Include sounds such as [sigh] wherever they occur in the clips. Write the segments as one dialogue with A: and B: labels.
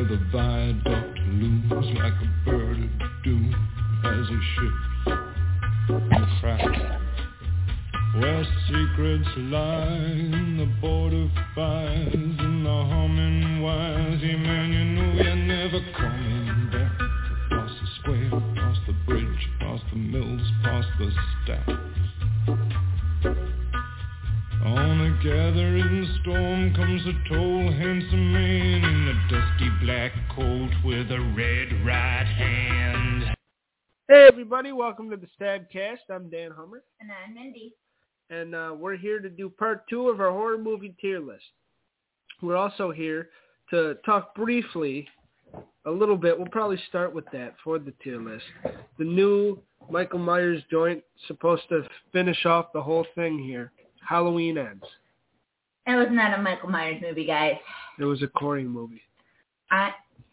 A: divide up to lose like a bird of doom as he shifts and cracks. Where secrets lie in the border fires and the humming wires. Yeah, man, you know you're never coming back. Across the square, across the bridge, across the mills, across the stacks. On a gathering storm comes a tall, handsome man in a dusty black coat with a red right hand.
B: Hey everybody, welcome to the Stabcast. I'm Dan Hummer,
C: And I'm Mindy.
B: and uh, we're here to do part two of our horror movie tier list. We're also here to talk briefly, a little bit. We'll probably start with that for the tier list. The new Michael Myers joint supposed to finish off the whole thing here. Halloween ends.
C: It was not a Michael Myers movie, guys.
B: It was a Corey movie.
C: I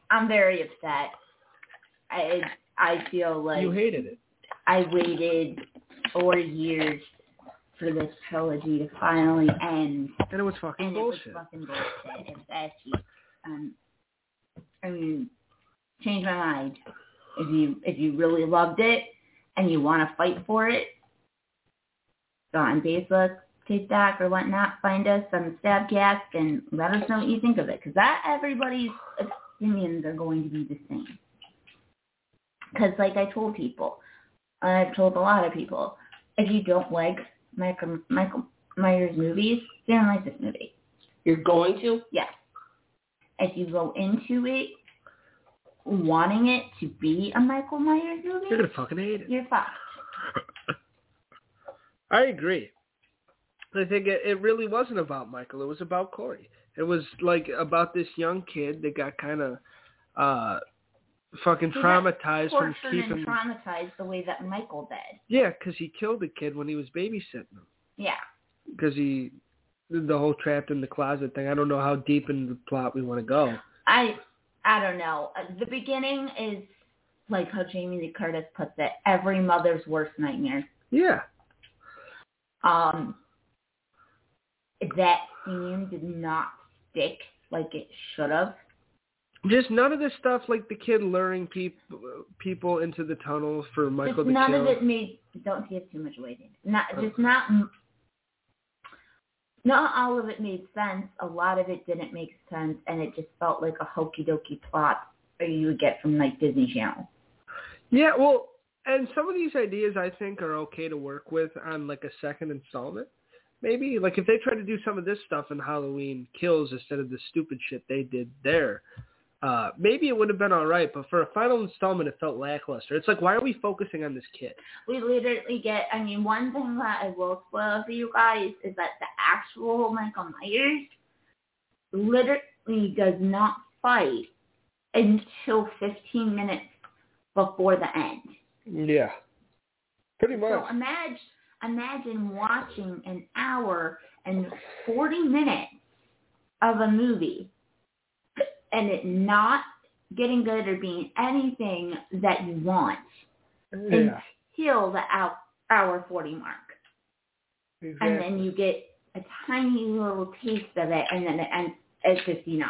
C: I'm very upset. I I feel like
B: You hated it.
C: I waited four years for this trilogy to finally end,
B: And it was fucking
C: and it
B: bullshit.
C: was fucking bullshit. It was ashy. Um, I mean, change my mind. If you if you really loved it and you want to fight for it, go on Facebook, TikTok, or whatnot. Find us on Stabcast and let us know what you think of it, because not everybody's opinions are going to be the same. Because, like I told people, I've told a lot of people, if you don't like Michael Michael Myers movies, you don't like this movie.
D: You're going to?
C: Yes. If you go into it wanting it to be a Michael Myers
B: You're
C: movie,
B: gonna fucking hate it.
C: you're fucked.
B: I agree. I think it, it really wasn't about Michael. It was about Corey. It was like about this young kid that got kind of uh fucking
C: He got
B: traumatized from
C: Tortured
B: keeping.
C: and traumatized the way that Michael did.
B: yeah, because he killed the kid when he was babysitting him.
C: Yeah.
B: Because he did the whole trapped in the closet thing. I don't know how deep into the plot we want to go.
C: I I don't know. Uh, The beginning is like how Jamie Lee Curtis puts it, every mother's worst nightmare.
B: Yeah,
C: Um, that scene did not stick like it should have.
B: just none of this stuff like the kid luring people people into the tunnel for Michael
C: just
B: to
C: none
B: kill.
C: of it made. Don't give too much weight in. it. Not just not. m- Not all of it made sense. A lot of it didn't make sense, and it just felt like a hokey dokey plot or you would get from like Disney Channel.
B: Yeah, well, and some of these ideas I think are okay to work with on like a second installment. Maybe like if they try to do some of this stuff in Halloween Kills instead of the stupid shit they did there, uh, maybe it would have been all right. But for a final installment, it felt lackluster. It's like why are we focusing on this kid?
C: We literally get. I mean, one thing that I will spoil for you guys is that the actual Michael Myers literally does not fight until 15 minutes before the end.
B: Yeah, pretty
C: So imagine imagine watching an hour and 40 minutes of a movie and it not getting good or being anything that you want
B: Yeah,
C: until the hour, hour 40 mark. And then
B: exactly.
C: you get a tiny little taste of it and then it ends at 59.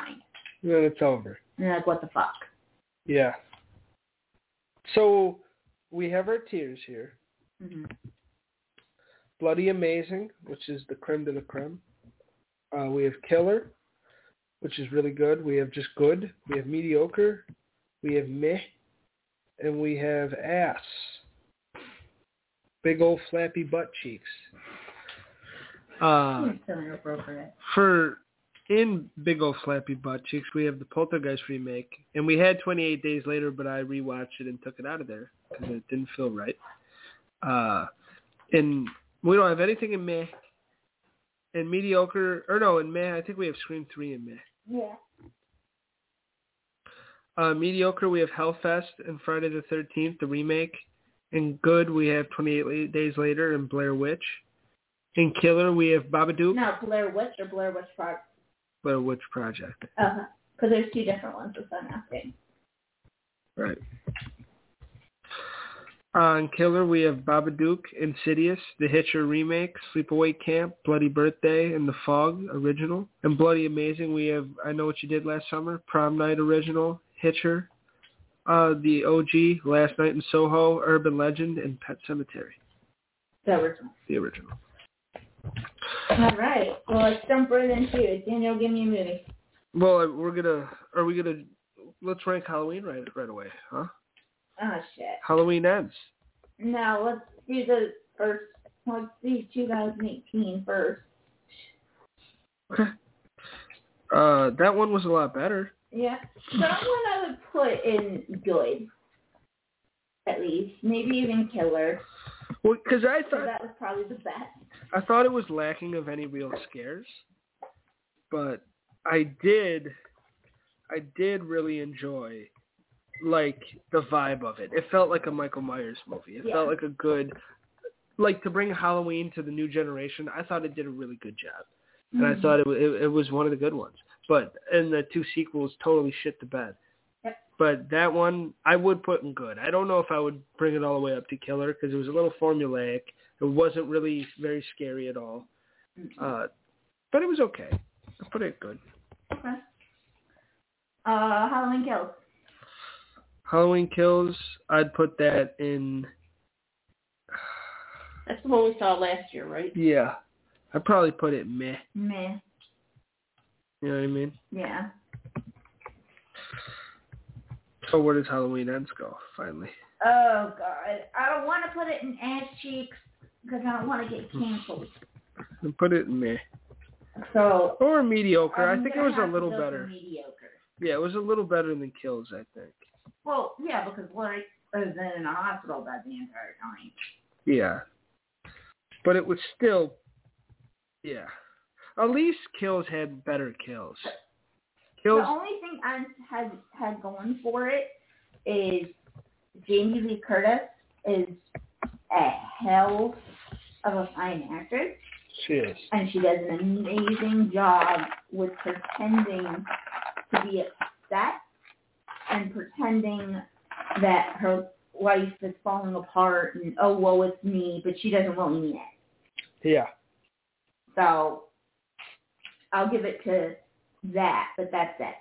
B: Then it's over.
C: And you're like, what the fuck?
B: Yeah. So we have our tiers here.
C: hmm
B: Bloody Amazing, which is the creme de la creme. Uh, we have Killer, which is really good. We have Just Good. We have Mediocre. We have Meh. And we have Ass. Big old flappy butt cheeks. Uh,
C: so inappropriate.
B: for in Big Old Flappy Butt Cheeks, we have the Poltergeist remake, and we had 28 Days Later, but I rewatched it and took it out of there because it didn't feel right. Uh, and we don't have anything in May. And mediocre, or no, in May I think we have Scream Three in May.
C: Yeah.
B: Uh, mediocre, we have Hellfest and Friday the Thirteenth, the remake. And good, we have 28 La- Days Later and Blair Witch. In Killer, we have Babadook,
C: No, Blair Witch or Blair Witch Project.
B: Blair Witch Project.
C: Because there's two different ones with that acting.
B: Right. On Killer, we have Babadook, Insidious, The Hitcher remake, Sleepaway Camp, Bloody Birthday, and The Fog original. And Bloody Amazing, we have I Know What You Did Last Summer, Prom Night original, Hitcher, uh, The OG, Last Night in Soho, Urban Legend, and Pet Cemetery,
C: The original.
B: the original.
C: All right. Well, let's jump right into it. Daniel, give me a movie.
B: Well, uh, we're gonna are we gonna let's rank Halloween right right away, huh?
C: Oh shit.
B: Halloween ends.
C: No, let's do the first. Let's do 2018 first.
B: Uh, that one was a lot better.
C: Yeah. Someone I would put in good. At least, maybe even killer.
B: Well, because I
C: So
B: thought
C: that was probably the best.
B: I thought it was lacking of any real scares, but I did, I did really enjoy, like the vibe of it. It felt like a Michael Myers movie. It
C: Yeah.
B: felt like a good, like to bring Halloween to the new generation. I thought it did a really good job, and I thought it, wa- it it was one of the good ones. But and the two sequels totally shit the bed.
C: Yep.
B: But that one I would put in good. I don't know if I would bring it all the way up to killer because it was a little formulaic. It wasn't really very scary at all. Uh, but it was okay. I put it good.
C: Okay. Uh, Halloween Kills.
B: Halloween Kills, I'd put that in.
D: That's the one we saw last year, right?
B: Yeah. I'd probably put it meh.
C: Meh.
B: You know what I mean?
C: Yeah.
B: So where does Halloween Ends go, finally?
C: Oh God, I don't want to put it in ass cheeks because I don't want to get canceled.
B: I'd put it in meh.
C: So
B: Or mediocre.
C: I'm
B: I think it
C: gonna
B: was a
C: have to
B: little
C: go for
B: better.
C: Mediocre.
B: Yeah, it was a little better than Kills, I think.
C: Well, yeah, because Larry was in a hospital by the entire time.
B: Yeah. But it was still, yeah. At least Kills had better kills. Kills,
C: The only thing I had had going for it is Jamie Lee Curtis is a hell of a fine actress,
B: cheers.
C: and she does an amazing job with pretending to be upset and pretending that her life is falling apart and oh woe it's me, but she doesn't really mean it.
B: Yeah.
C: So I'll give it to that, but that's it.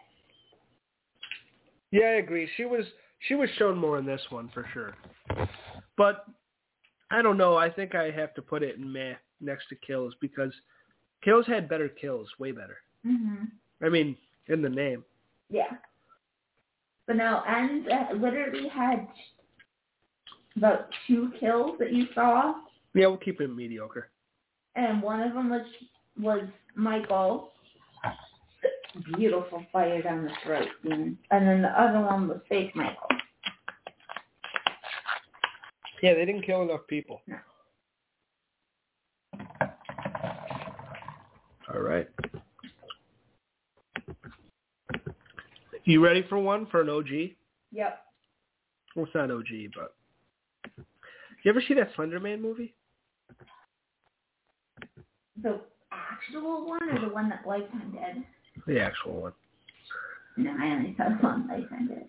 B: Yeah, I agree. She was she was shown more in this one for sure. But I don't know. I think I have to put it in meh next to Kills because Kills had better kills, way better.
C: hmm
B: I mean, in the name.
C: Yeah. But no, and uh, literally had about two kills that you saw,
B: Yeah, we'll keep it mediocre.
C: and one of them was was Michael. Beautiful fire down the throat scene. And then the other one was fake Michael.
B: Yeah, they didn't kill enough people.
C: No.
B: All right. You ready for one for an OG?
C: Yep.
B: Well, it's not OG, but you ever see that Slender Man movie?
C: The actual one or the one that Lifetime did?
B: The actual one.
C: No, I only saw the one Lifetime did.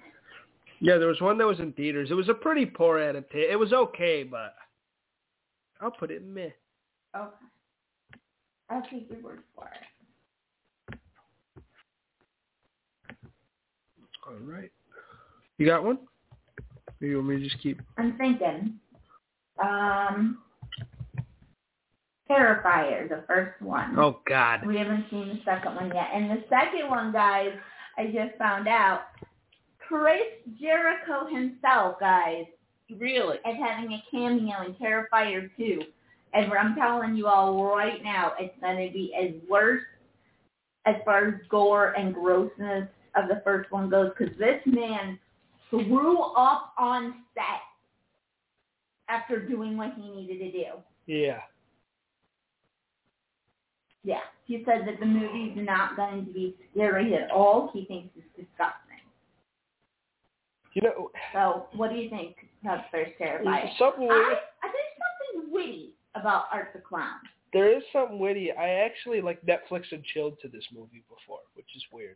B: Yeah, there was one that was in theaters. It was a pretty poor adaptation. It was okay, but I'll put it in meh.
C: Okay. I'll take your word for it.
B: All right. You got one? Or you want me to just keep?
C: I'm thinking. Um, Terrifier, the first one.
B: Oh God.
C: We haven't seen the second one yet. And the second one, guys, I just found out, Chris Jericho himself, guys,
D: Really?
C: is having a cameo in Terrifier 2. And I'm telling you all right now, it's going to be as worse as far as gore and grossness of the first one goes because this man threw up on set after doing what he needed to do.
B: Yeah.
C: Yeah, he said that the movie's not going to be scary at all. He thinks it's disgusting.
B: You know,
C: So, what do you think about First Terrifier?
B: something
C: I, I there's something witty about Art the Clown.
B: there is something witty. I actually like Netflix and chilled to this movie before, which is weird.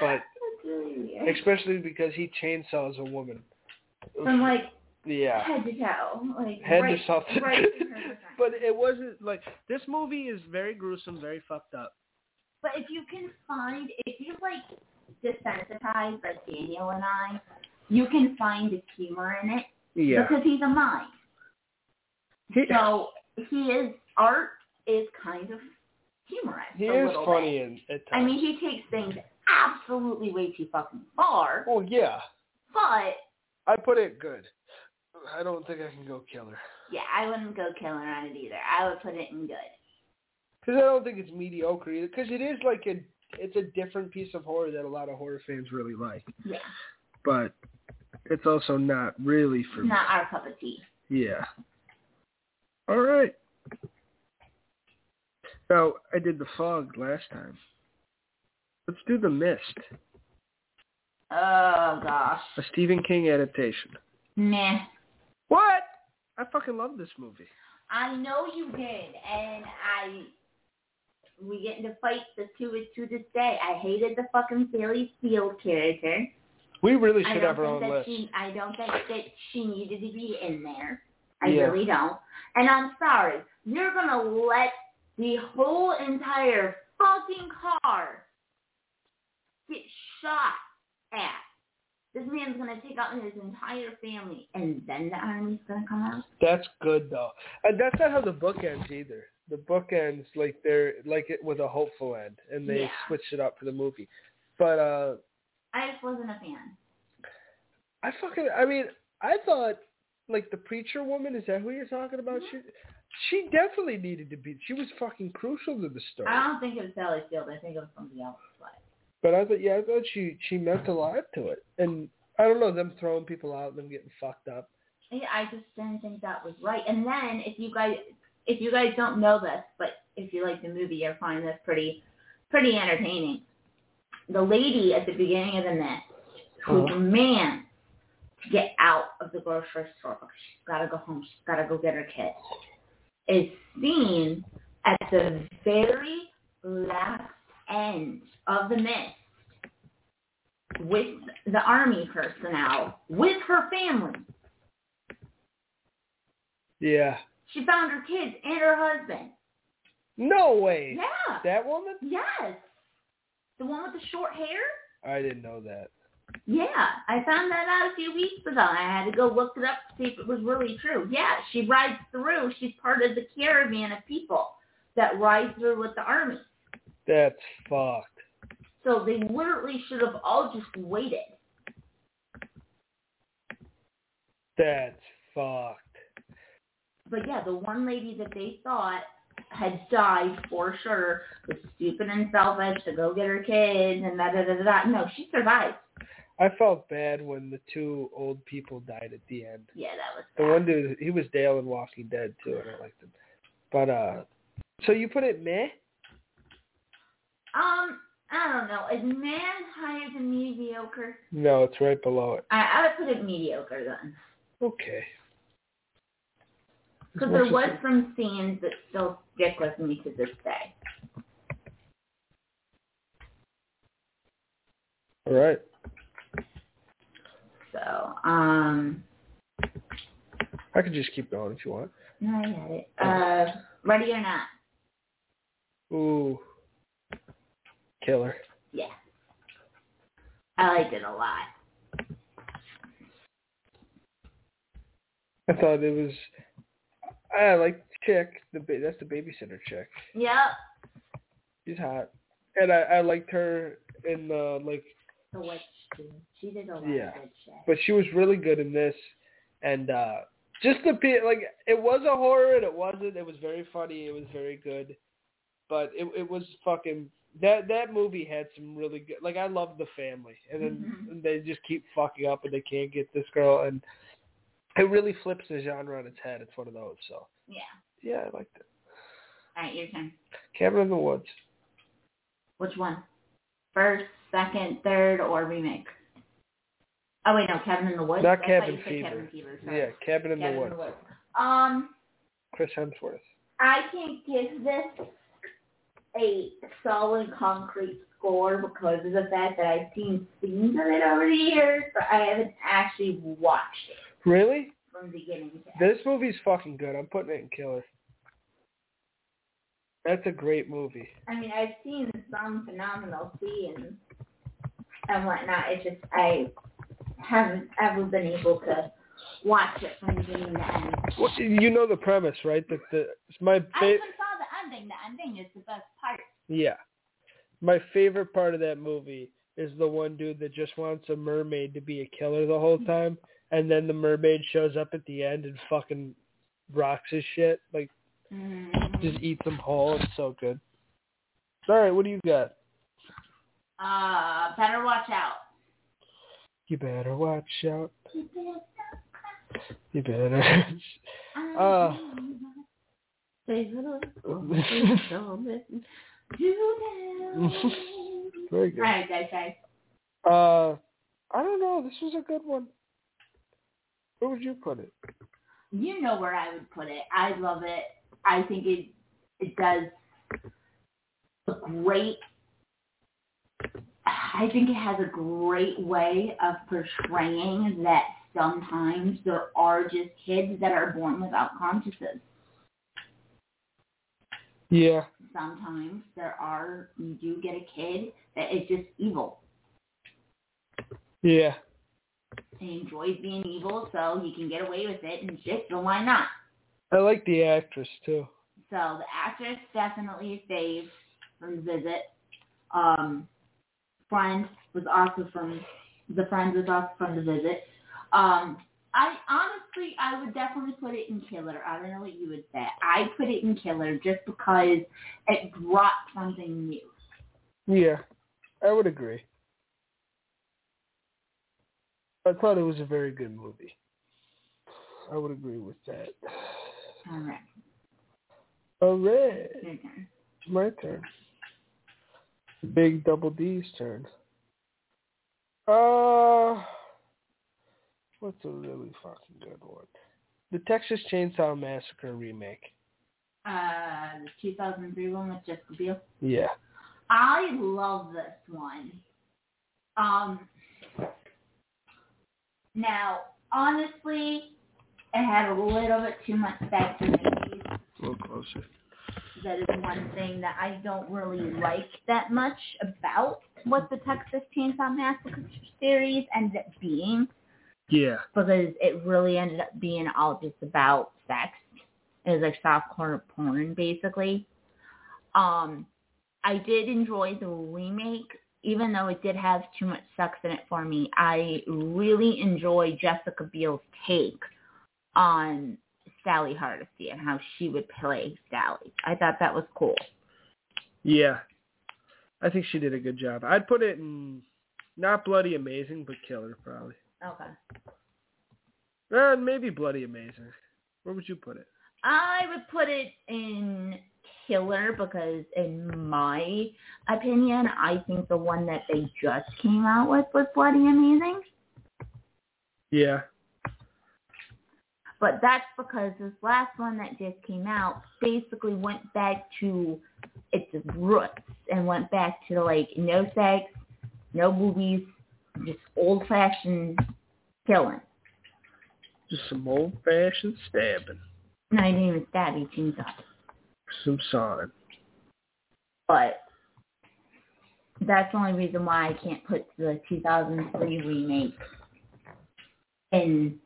B: But
C: [laughs] That's really weird.
B: especially because he chainsaws a woman.
C: From like
B: yeah.
C: head to toe, like
B: head
C: right,
B: to something.
C: right in her design. but,
B: but it wasn't like this movie is very gruesome, very fucked up.
C: if you can find, if you like desensitized, like Daniel and I, you can find the humor in it
B: Yeah.
C: because he's a mind.
B: He,
C: So he is art is kind of humorous.
B: he
C: a
B: is
C: little
B: funny
C: Bit.
B: in, at times.
C: I mean, he takes things absolutely way too fucking far,
B: well, yeah.
C: but
B: I put it good. I don't think I can go killer.
C: yeah, I wouldn't go killing on it either. I would put it in good.
B: Because I don't think it's mediocre either. Because it is like a, it's a different piece of horror that a lot of horror fans really like.
C: Yeah,
B: But it's also not really for
C: not our cup of tea.
B: me. Yeah. All right. Now I did the fog last time. Let's do the mist,
C: Oh gosh,
B: a Stephen King adaptation.
C: nah.
B: What? I fucking love this movie.
C: I know you did, and I we get into fights the two is to this day. I hated the fucking Sally Field character.
B: We really
C: I
B: should
C: don't
B: have our
C: think
B: own
C: that
B: list.
C: she I don't think that she needed to be in there. I
B: Yeah.
C: really don't. And I'm sorry, you're gonna let the whole entire fucking car get shot at. This man's gonna take out his entire family, and then the army's gonna come out.
B: That's good though, and that's not how the book ends either. The book ends like they're like it with a hopeful end, and they
C: Yeah.
B: switched it up for the movie. But uh
C: I just wasn't a fan.
B: I fucking I mean I thought like the preacher woman is that who you're talking about?
C: Mm-hmm.
B: She she definitely needed to be. She was fucking crucial to the story.
C: I don't think it was Sally Field. I think it was somebody else. But
B: But I thought yeah I thought she she meant a lot to it, and I don't know them throwing people out, them getting fucked up.
C: yeah, I just didn't think that was right. And then if you guys, if you guys don't know this, but if you like the movie, you'll find this pretty, pretty entertaining. The lady at the beginning of the myth who
B: Uh-huh.
C: demands to get out of the grocery store because she's got to go home, she's got to go get her kid, is seen at the very last end of the myth with the army personnel, with her family.
B: Yeah.
C: She found her kids and her husband.
B: No way.
C: Yeah.
B: That woman?
C: Yes. The one with the short hair?
B: I didn't know that.
C: Yeah. I found that out a few weeks ago. I had to go look it up to see if it was really true. Yeah, she rides through. She's part of the caravan of people that ride through with the army.
B: That's fucked.
C: So they literally should have all just waited.
B: That's fucked.
C: But yeah, the one lady that they thought had died for sure was stupid and selfish to go get her kids and da da da da. da. No, she survived.
B: I felt bad when the two old people died at the end.
C: Yeah, that was
B: The
C: bad.
B: one dude, he was Dale in Walking Dead too, and I liked him. But uh, so you put it meh?
C: Um, I don't know. Is man higher than mediocre?
B: No, it's right below it.
C: I, I would put it mediocre then,
B: Okay.
C: because there was some scenes that still stick with me to this day.
B: All right.
C: So, um,
B: I could just keep going if you want.
C: no, I get it. Uh, ready or not?
B: Ooh. Killer.
C: Yeah, I liked it a lot.
B: I thought it was. I like chick. The ba- that's the babysitter chick.
C: Yep,
B: She's hot, and I I liked her in the like
C: the witch. too. She did a lot
B: Yeah.
C: of good shit.
B: but she was really good in this and uh just the pe- like it was a horror and it wasn't it was very funny it was very good but it it was fucking that that movie had some really good like i love the family and then
C: Mhm.
B: and they just keep fucking up and they can't get this girl and it really flips the genre on its head it's one of those so
C: Yeah.
B: yeah i liked it
C: All right, your turn.
B: cabin in the woods
C: Which one? First, second, third, or remake? Oh wait, no, Cabin in the Woods.
B: Not
C: I thought you
B: Cabin
C: said
B: Fever.
C: Cabin Fever. Sorry.
B: yeah cabin in
C: Cabin
B: the
C: in
B: woods
C: the Woods. Um,
B: chris hemsworth
C: I can give this a solid concrete score because of the fact that I've seen scenes of it over the years, but I haven't actually watched it
B: really
C: from beginning to end.
B: This movie's fucking good. I'm putting it in killer. That's a great movie.
C: I mean, I've seen some phenomenal scenes. and whatnot. It's just I haven't ever been able to watch it from the beginning to end.
B: Well, you know the premise, right? That the my
C: I
B: fa-
C: even saw the ending. The ending is the best part.
B: yeah, my favorite part of that movie is the one dude that just wants a mermaid to be a killer the whole time, and then the mermaid shows up at the end and fucking rocks his shit, like
C: Mm-hmm.
B: just eats them whole. It's so good. All right, what do you got?
C: Uh, better watch out.
B: You better watch out. You better. [laughs]
C: [laughs]
B: Uh. Very good.
C: Alright, guys, guys.
B: Uh, I don't know. This was a good one. Where would you put it?
C: You know where I would put it. I love it. I think it it does a great. I think it has a great way of portraying that sometimes there are just kids that are born without consciousness.
B: Yeah.
C: Sometimes there are you do get a kid that is just evil.
B: Yeah.
C: He enjoys being evil, so he can get away with it and shit. So why not?
B: I like the actress too.
C: So the actress definitely a fave from Visit. Um, Friend was also from the Friend was also from the Visit. Um, I honestly, I would definitely put it in Killer. I don't know what you would say. I put it in Killer just because it brought something new.
B: Yeah. I would agree. I thought it was a very good movie. I would agree with that.
C: All right,
B: All right.
C: your turn.
B: It's my turn. The big double D's turn. Uh, what's a really fucking good one? The Texas Chainsaw Massacre remake.
C: Uh, the 2003 one with Jessica Biel.
B: Yeah.
C: I love this one. Um, now, honestly, it had a little bit too much sex in it.
B: A little closer.
C: That is one thing that I don't really like that much about what the Texas Chainsaw Massacre series ended up being
B: Yeah.
C: because it really ended up being all just about sex. It was like softcore porn basically. Um, I did enjoy the remake, even though it did have too much sex in it for me. I really enjoyed Jessica Biel's take on Sally Hardesty and how she would play Sally. I thought that was cool.
B: Yeah. I think she did a good job. I'd put it in not bloody amazing, but killer probably.
C: Okay.
B: And maybe bloody amazing. Where would you put it?
C: I would put it in killer because in my opinion, I think the one that they just came out with was bloody amazing.
B: Yeah.
C: But that's because this last one that just came out basically went back to its roots and went back to like no sex, no movies, just old fashioned killing.
B: Just some old fashioned stabbing.
C: Not even stabby chainsaw.
B: Some sawing.
C: but that's the only reason why I can't put the 2003 remake in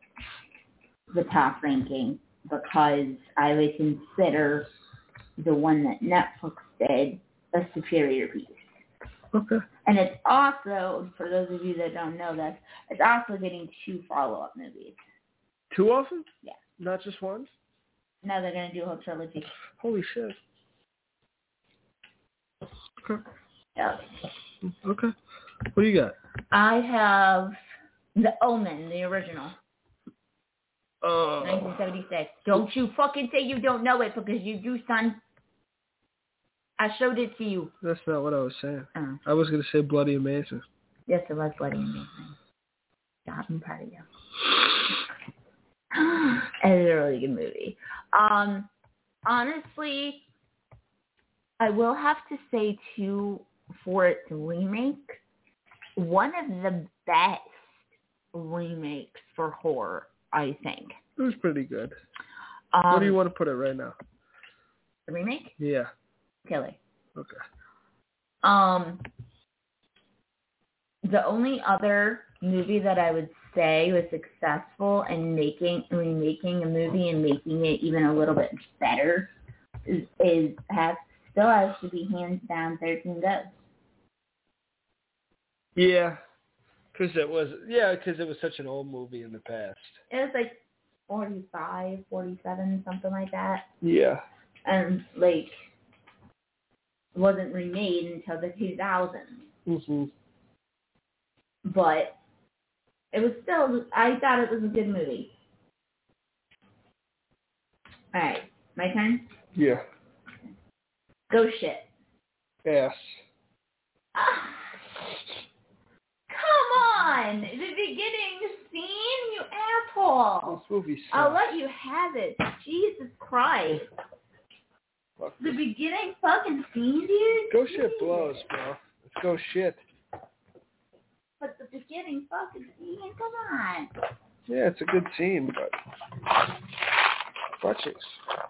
C: the top ranking because I would consider the one that Netflix did a superior piece.
B: Okay.
C: And it's also, for those of you that don't know this, it's also getting two follow-up movies.
B: Two of them?
C: Yeah.
B: Not just one?
C: Now they're going to do a whole trilogy.
B: Holy shit. Okay.
C: So
B: Okay. What do you got?
C: I have The Omen, the original.
B: Uh,
C: 1976. Don't you fucking say you don't know it because you do, son. I showed it to you.
B: that's not what I was saying.
C: Oh,
B: I was gonna say bloody amazing.
C: yes, it was bloody amazing. God, I'm proud of [sighs] you. it's a really good movie. Um, honestly, I will have to say too for its remake, one of the best remakes for horror, I think.
B: It was pretty good.
C: Um,
B: Where do you want to put it right now?
C: the remake?
B: Yeah.
C: Killer.
B: Okay.
C: Um, the only other movie that I would say was successful in making in making a movie and making it even a little bit better is, is has still has to be hands down Thirteen Ghosts.
B: Yeah, because it was yeah, because it was such an old movie in the past.
C: It was like 45, 47, something like that,
B: Yeah,
C: and like wasn't remade until the 2000s.
B: hmm
C: But it was still I thought it was a good movie. All right, my turn.
B: yeah,
C: Ghost ship.
B: yes.
C: Ah, Come on! The beginning scene, you
B: This
C: asshole!
B: movie
C: I'll
B: sucks.
C: let you have it. Jesus Christ.
B: Fuck
C: The
B: this.
C: beginning fucking scene, dude?
B: Go shit
C: Jesus.
B: blows, bro. Let's go shit.
C: But the beginning fucking scene, come on.
B: Yeah, it's a good scene, but watch it.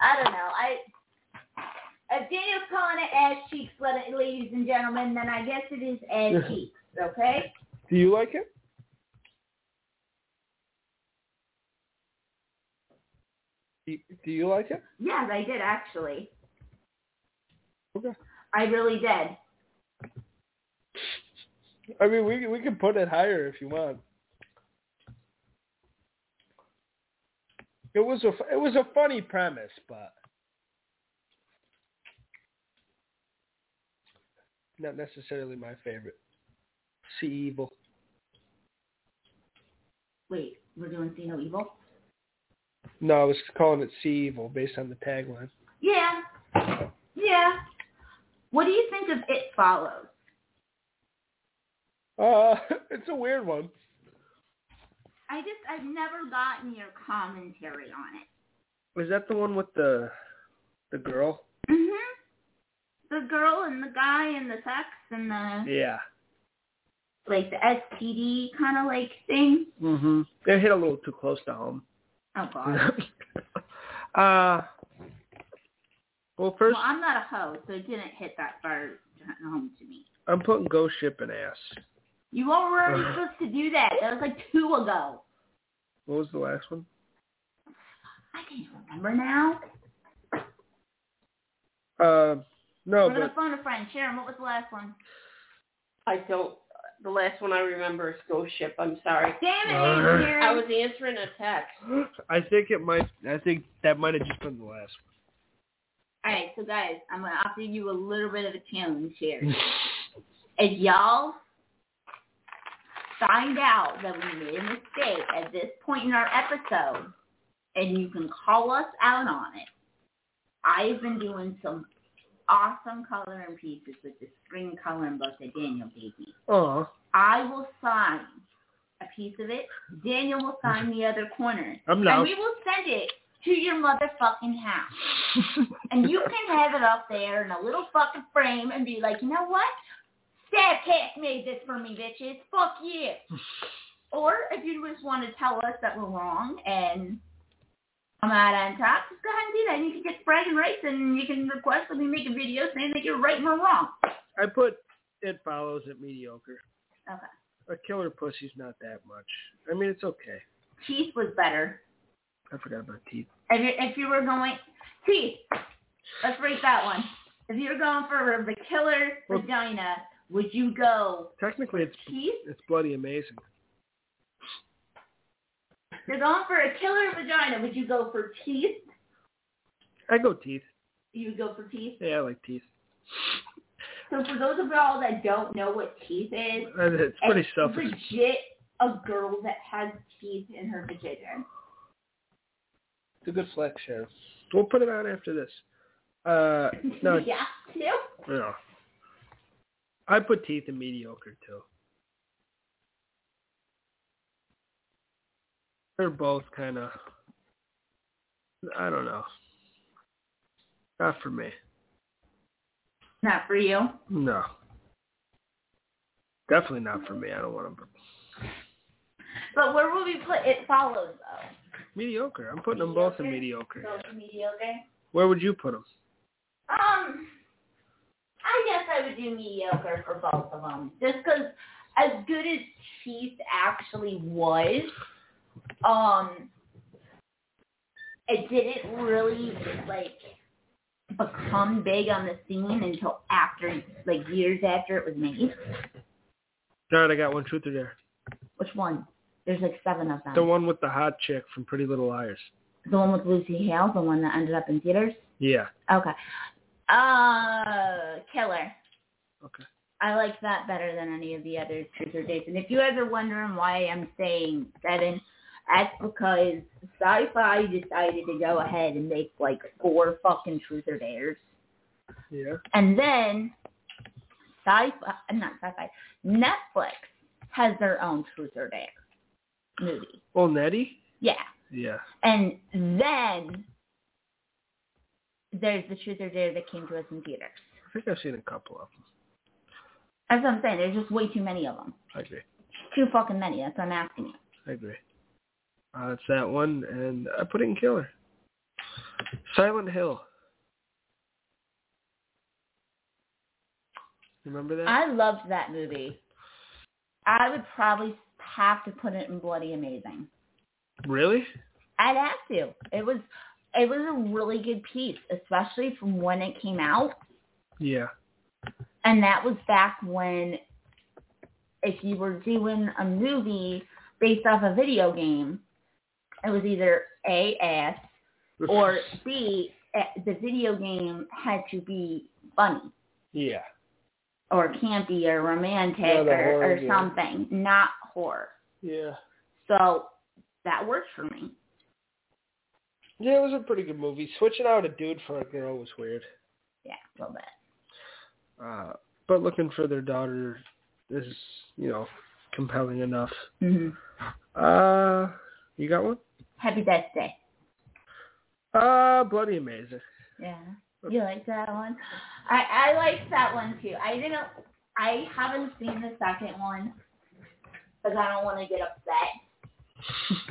C: I don't know. I if Daniel's calling it ass cheeks, let it, ladies and gentlemen, then I guess it is ass cheeks, okay?
B: Do you like it? Do- Do you like it?
C: Yes, I did actually.
B: Okay.
C: I really did.
B: I mean, we we can put it higher if you want. It was a fu- it was a funny premise, but not necessarily my favorite. See evil.
C: Wait, we're doing See No Evil?
B: No, I was calling it See Evil based on the tagline.
C: Yeah. Yeah. What do you think of It Follows?
B: Uh, [laughs] it's a weird one.
C: I just, I've never gotten your commentary on it.
B: Is that the one with the the girl?
C: hmm The girl and the guy and the sex and the,
B: Yeah.
C: like, the STD kind of, like, thing.
B: Mhm. They hit a little too close to
C: [laughs]
B: home.
C: Oh,
B: [laughs]
C: God.
B: uh, well, first
C: Well, I'm not a hoe, so it didn't hit that far home to me.
B: I'm putting Ghost Ship in ass.
C: You were already supposed to do that. That was, like, two ago.
B: What was the last one?
C: I can't remember now.
B: Uh, no,
C: I'm going to
B: but
C: phone a friend. Sharon, what was the last one?
D: I don't. The last one I remember is Ghost Ship. I'm sorry.
C: Damn it,
B: Alright.
C: Sharon.
D: I was answering a text.
B: I think it might. I think that might have just been the last
C: All right, so guys, I'm gonna offer you a little bit of a challenge here.
B: one.
C: If y'all find out that we made a mistake at this point in our episode, and you can call us out on it, I've been doing some awesome coloring pieces with the spring coloring book that Daniel gave me.
B: Aw,
C: I will sign a piece of it. Daniel will sign the other corner.
B: I'm
C: And
B: not.
C: we will send it to your motherfucking house. And you can have it up there in a little fucking frame and be like, you know what? Stabcast made this for me, bitches. Fuck you.
B: [laughs]
C: or if you just want to tell us that we're wrong and I'm out on top, just go ahead and do that. And you can get bragging rights and you can request that we make a video saying that you're right and we're wrong.
B: [laughs] I put it follows at mediocre.
C: Okay.
B: A killer pussy's not that much. I mean, it's okay.
C: Teeth was better.
B: I forgot about teeth.
C: If you, if you were going, teeth, let's rate that one. If you were going for the killer
B: Well-
C: vagina, would you go
B: Technically, it's
C: teeth
B: it's bloody amazing.
C: You're going for a killer vagina. Would you go for teeth?
B: I go teeth.
C: You would go for teeth.
B: Yeah, I like teeth.
C: So for those of y'all that don't know what teeth is,
B: Uh, It's pretty
C: it's
B: self.
C: legit a girl that has teeth in her vagina.
B: It's a good flex, Sheriff. We'll put it on after this. Uh, no,
C: [laughs] yeah. Too.
B: no. I put teeth in mediocre too. They're both kind of. I don't know. Not for me.
C: Not for you.
B: No. Definitely not for me. I don't want them.
C: But where will we put it follows though?
B: Mediocre. I'm putting them both in mediocre.
C: Go for mediocre.
B: Where would you put them?
C: Um, I guess I would do mediocre for both of them, just because as good as Chief actually was, um, it didn't really like become big on the scene until after, like years after it was made.
B: All right, I got one truth or dare.
C: Which one? There's like seven of them.
B: The one with the hot chick from Pretty Little Liars.
C: The one with Lucy Hale, the one that ended up in theaters.
B: Yeah.
C: Okay. Uh, Killer.
B: Okay.
C: I like that better than any of the other truth or dates. And if you guys are wondering why I'm saying seven, that's because sci-fi decided to go ahead and make like four fucking truth or dares.
B: Yeah.
C: And then sci-fi, not sci-fi, Netflix has their own truth or dare movie.
B: Well, Nettie.
C: Yeah.
B: Yeah.
C: And then there's the truth or dare that came to us in theaters.
B: I think I've seen a couple of them.
C: That's what I'm saying. There's just way too many of them.
B: I agree.
C: Too fucking many. That's what I'm asking you.
B: I agree. Uh, it's that one, and I put in Killer. Silent Hill. Remember that?
C: I loved that movie. I would probably have to put it in Bloody Amazing.
B: really?
C: I'd have to. It was it was a really good piece, especially from when it came out.
B: Yeah.
C: And that was back when if you were doing a movie based off a video game, it was either A ass or B eh, the video game had to be funny.
B: yeah.
C: or campy or romantic
B: Not a
C: or,
B: horror
C: or
B: game.
C: something, not horror.
B: Yeah.
C: So that worked for me.
B: Yeah, it was a pretty good movie. Switching out a dude for a girl was weird.
C: Yeah, a little bit.
B: Uh, but looking for their daughter is, you know, compelling enough. Mm-hmm.
C: hmm
B: Uh, you got one?
C: Happy Death Day.
B: Uh, Bloody Amazing.
C: Yeah, you like that one? I I liked that one too. I didn't. I haven't seen the second one because I don't want to get upset. [laughs]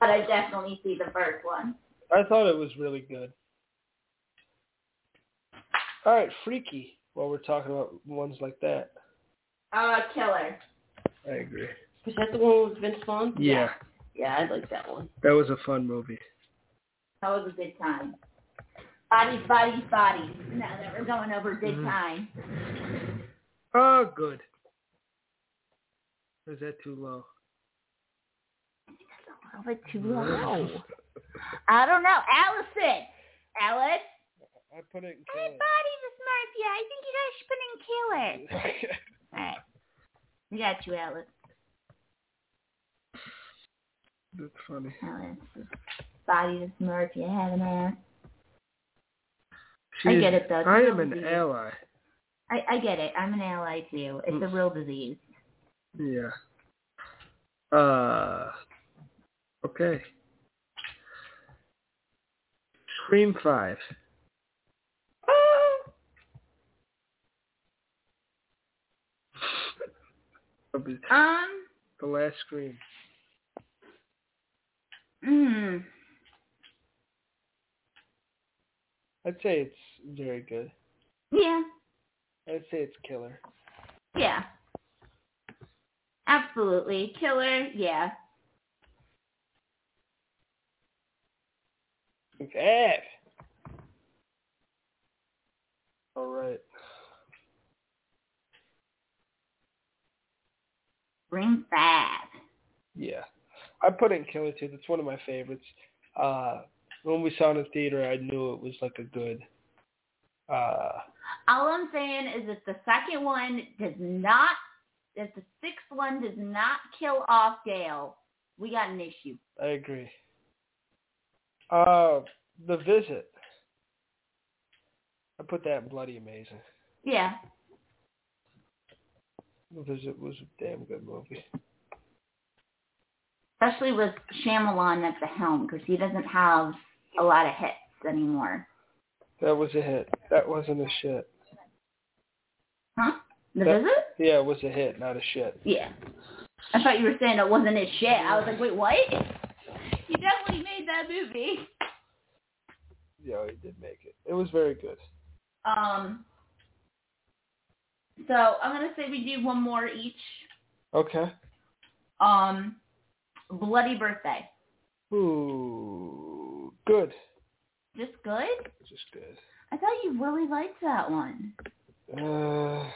C: but I definitely see the first one.
B: I thought it was really good. All right, Freaky. While we're talking about ones like that,
C: Uh, Killer.
B: I agree.
D: Was that the one with Vince Vaughn?
B: Yeah,
D: Yeah, I like that one.
B: that was a fun movie.
C: That was a good time. Body, body, body. Now that we're going over good
B: Mhm.
C: time.
B: Oh, good. Is that too low?
C: a little bit too low. I don't know. Allison. Alice?
B: I put it in
C: Hey, Buddy's a smart yeah. I think you guys should put in
B: [laughs]
C: Killer. All right. We got you, Alice.
B: That's funny.
C: Alice. Body's a smart you have an ass. I
B: She is-
C: get it, though. It's
B: I
C: a
B: am
C: real
B: an
C: disease.
B: ally.
C: I, I get it. I'm an ally too. It's a real disease.
B: Yeah. Uh. Okay. Scream Five. [laughs] The
C: Um,
B: last scream.
C: mm,
B: I'd say it's very good.
C: yeah,
B: I'd say it's killer.
C: yeah. Absolutely. Killer, yeah.
B: Bad. All right.
C: Ring five.
B: Yeah. I put in Killer too. That's one of my favorites. Uh, when we saw it in theater, I knew it was like a good. Uh,
C: All I'm saying is if the second one does not, if the sixth one does not kill off Dale, we got an issue.
B: I agree. Uh, the visit. I put that in bloody amazing.
C: Yeah.
B: The visit was a damn good movie.
C: Especially with Shyamalan at the helm because he doesn't have a lot of hits anymore.
B: That was a hit. That wasn't a shit.
C: Huh? The
B: That-
C: Visit?
B: Yeah, it was a hit, not a shit.
C: Yeah. I thought you were saying it wasn't his shit. I was like, wait, what? He definitely made that movie.
B: Yeah, he did make it. It was very good.
C: Um, So I'm gonna say we do one more each.
B: Okay.
C: Um, bloody birthday.
B: Ooh, good.
C: Just good.
B: Just good.
C: I thought you really liked that one.
B: Uh,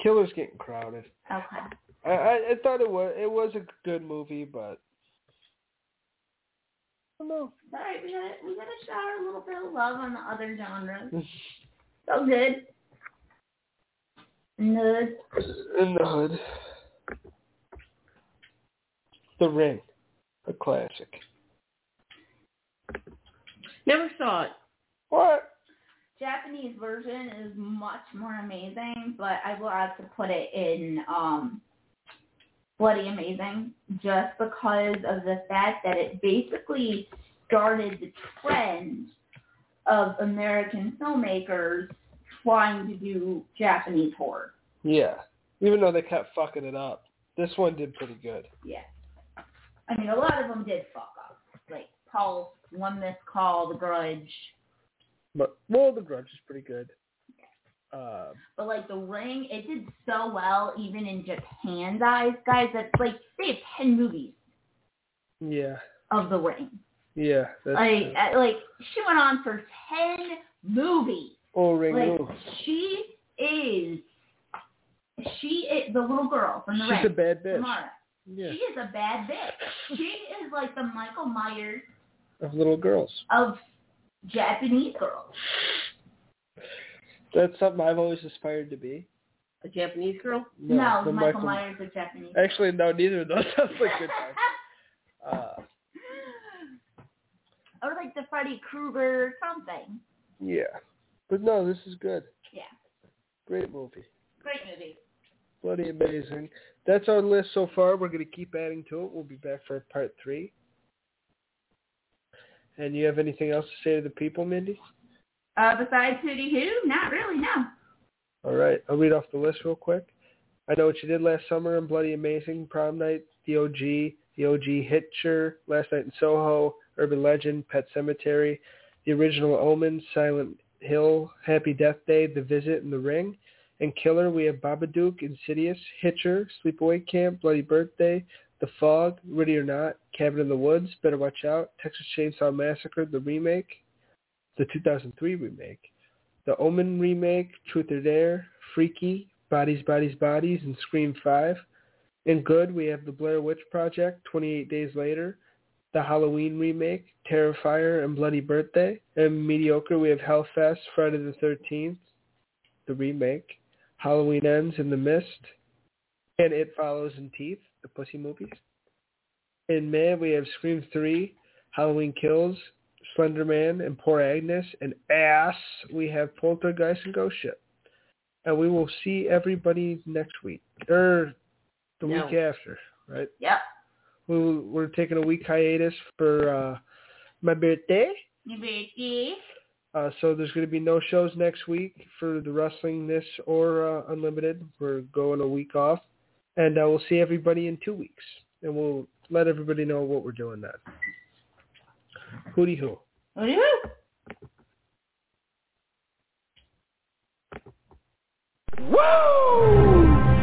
B: Killer's getting crowded.
C: Okay.
B: I, I, I thought it was it was a good movie, but I don't know.
C: All right, we gotta we gotta shower a little bit of love on the other genres. So good. Nerd.
B: In the Hood. The Ring. A classic.
D: Never saw it.
B: What?
C: Japanese version is much more amazing, but I will have to put it in um, bloody amazing just because of the fact that it basically started the trend of American filmmakers trying to do Japanese horror.
B: Yeah. Even though they kept fucking it up. This one did pretty good.
C: Yeah. I mean, a lot of them did fuck up. Like Paul, One Missed Call, The Grudge.
B: But well the grudge is pretty good. Uh,
C: But like The Ring, it did so well even in Japan's eyes, guys. That's like, they have 10 movies
B: yeah.
C: of The Ring.
B: Yeah. That's
C: Like, uh, like she went on for 10 movies.
B: Oh ring
C: Like,
B: Roo.
C: she is, she is the little girl from The
B: She's
C: Ring.
B: a bad bitch.
C: Samara.
B: Yeah.
C: She is a bad bitch. She is like the Michael Myers
B: Of little girls.
C: of Japanese girls.
B: That's something I've always aspired to be.
D: A Japanese girl?
C: No,
B: the
C: Michael, Myers of Japanese.
B: Actually, no, neither of those [laughs] sounds like good
C: [laughs]
B: time. Uh,
C: or like the Freddy Krueger something.
B: yeah. But no, this is good.
C: Yeah.
B: Great movie.
C: Great movie.
B: Bloody amazing. That's our list so far. We're going to keep adding to it. We'll be back for part three. And you have anything else to say to the people, Mindy?
C: Uh, besides Hootie Who? Not really, no.
B: All right. I'll read off the list real quick. I Know What You Did Last Summer and Bloody Amazing, Prom Night, The OG, The OG Hitcher, Last Night in Soho, Urban Legend, Pet Cemetery, The Original Omen, Silent Hill, Happy Death Day, The Visit, and The Ring. And Killer, we have Babadook, Insidious, Hitcher, Sleepaway Camp, Bloody Birthday, The Fog, Ready or Not, Cabin in the Woods, Better Watch Out, Texas Chainsaw Massacre, The Remake, the 2003 remake, the Omen remake, Truth or Dare, Freaky, Bodies, Bodies, Bodies, and Scream 5. And good, we have the Blair Witch Project, 28 Days Later, the Halloween remake, Terrifier, and Bloody Birthday. And mediocre, we have Hellfest, Friday the 13th, the remake, Halloween Ends and The Mist, and It Follows and Teeth, the Pussy movies. In May, we have Scream 3, Halloween Kills, Slender Man, and Poor Agnes, and Ass. We have Poltergeist and Ghost Ship. And we will see everybody next week, or the
D: No.
B: week after, right?
C: Yep.
B: We, we're taking a week hiatus for uh, my birthday.
C: You bitchy.
B: Uh, so there's going to be no shows next week for the wrestling this or uh, unlimited. We're going a week off, and uh, we'll see everybody in two weeks, and we'll let everybody know what we're doing then. Hooty hoo.
D: Oh,
C: Hootie Who?
B: Woo!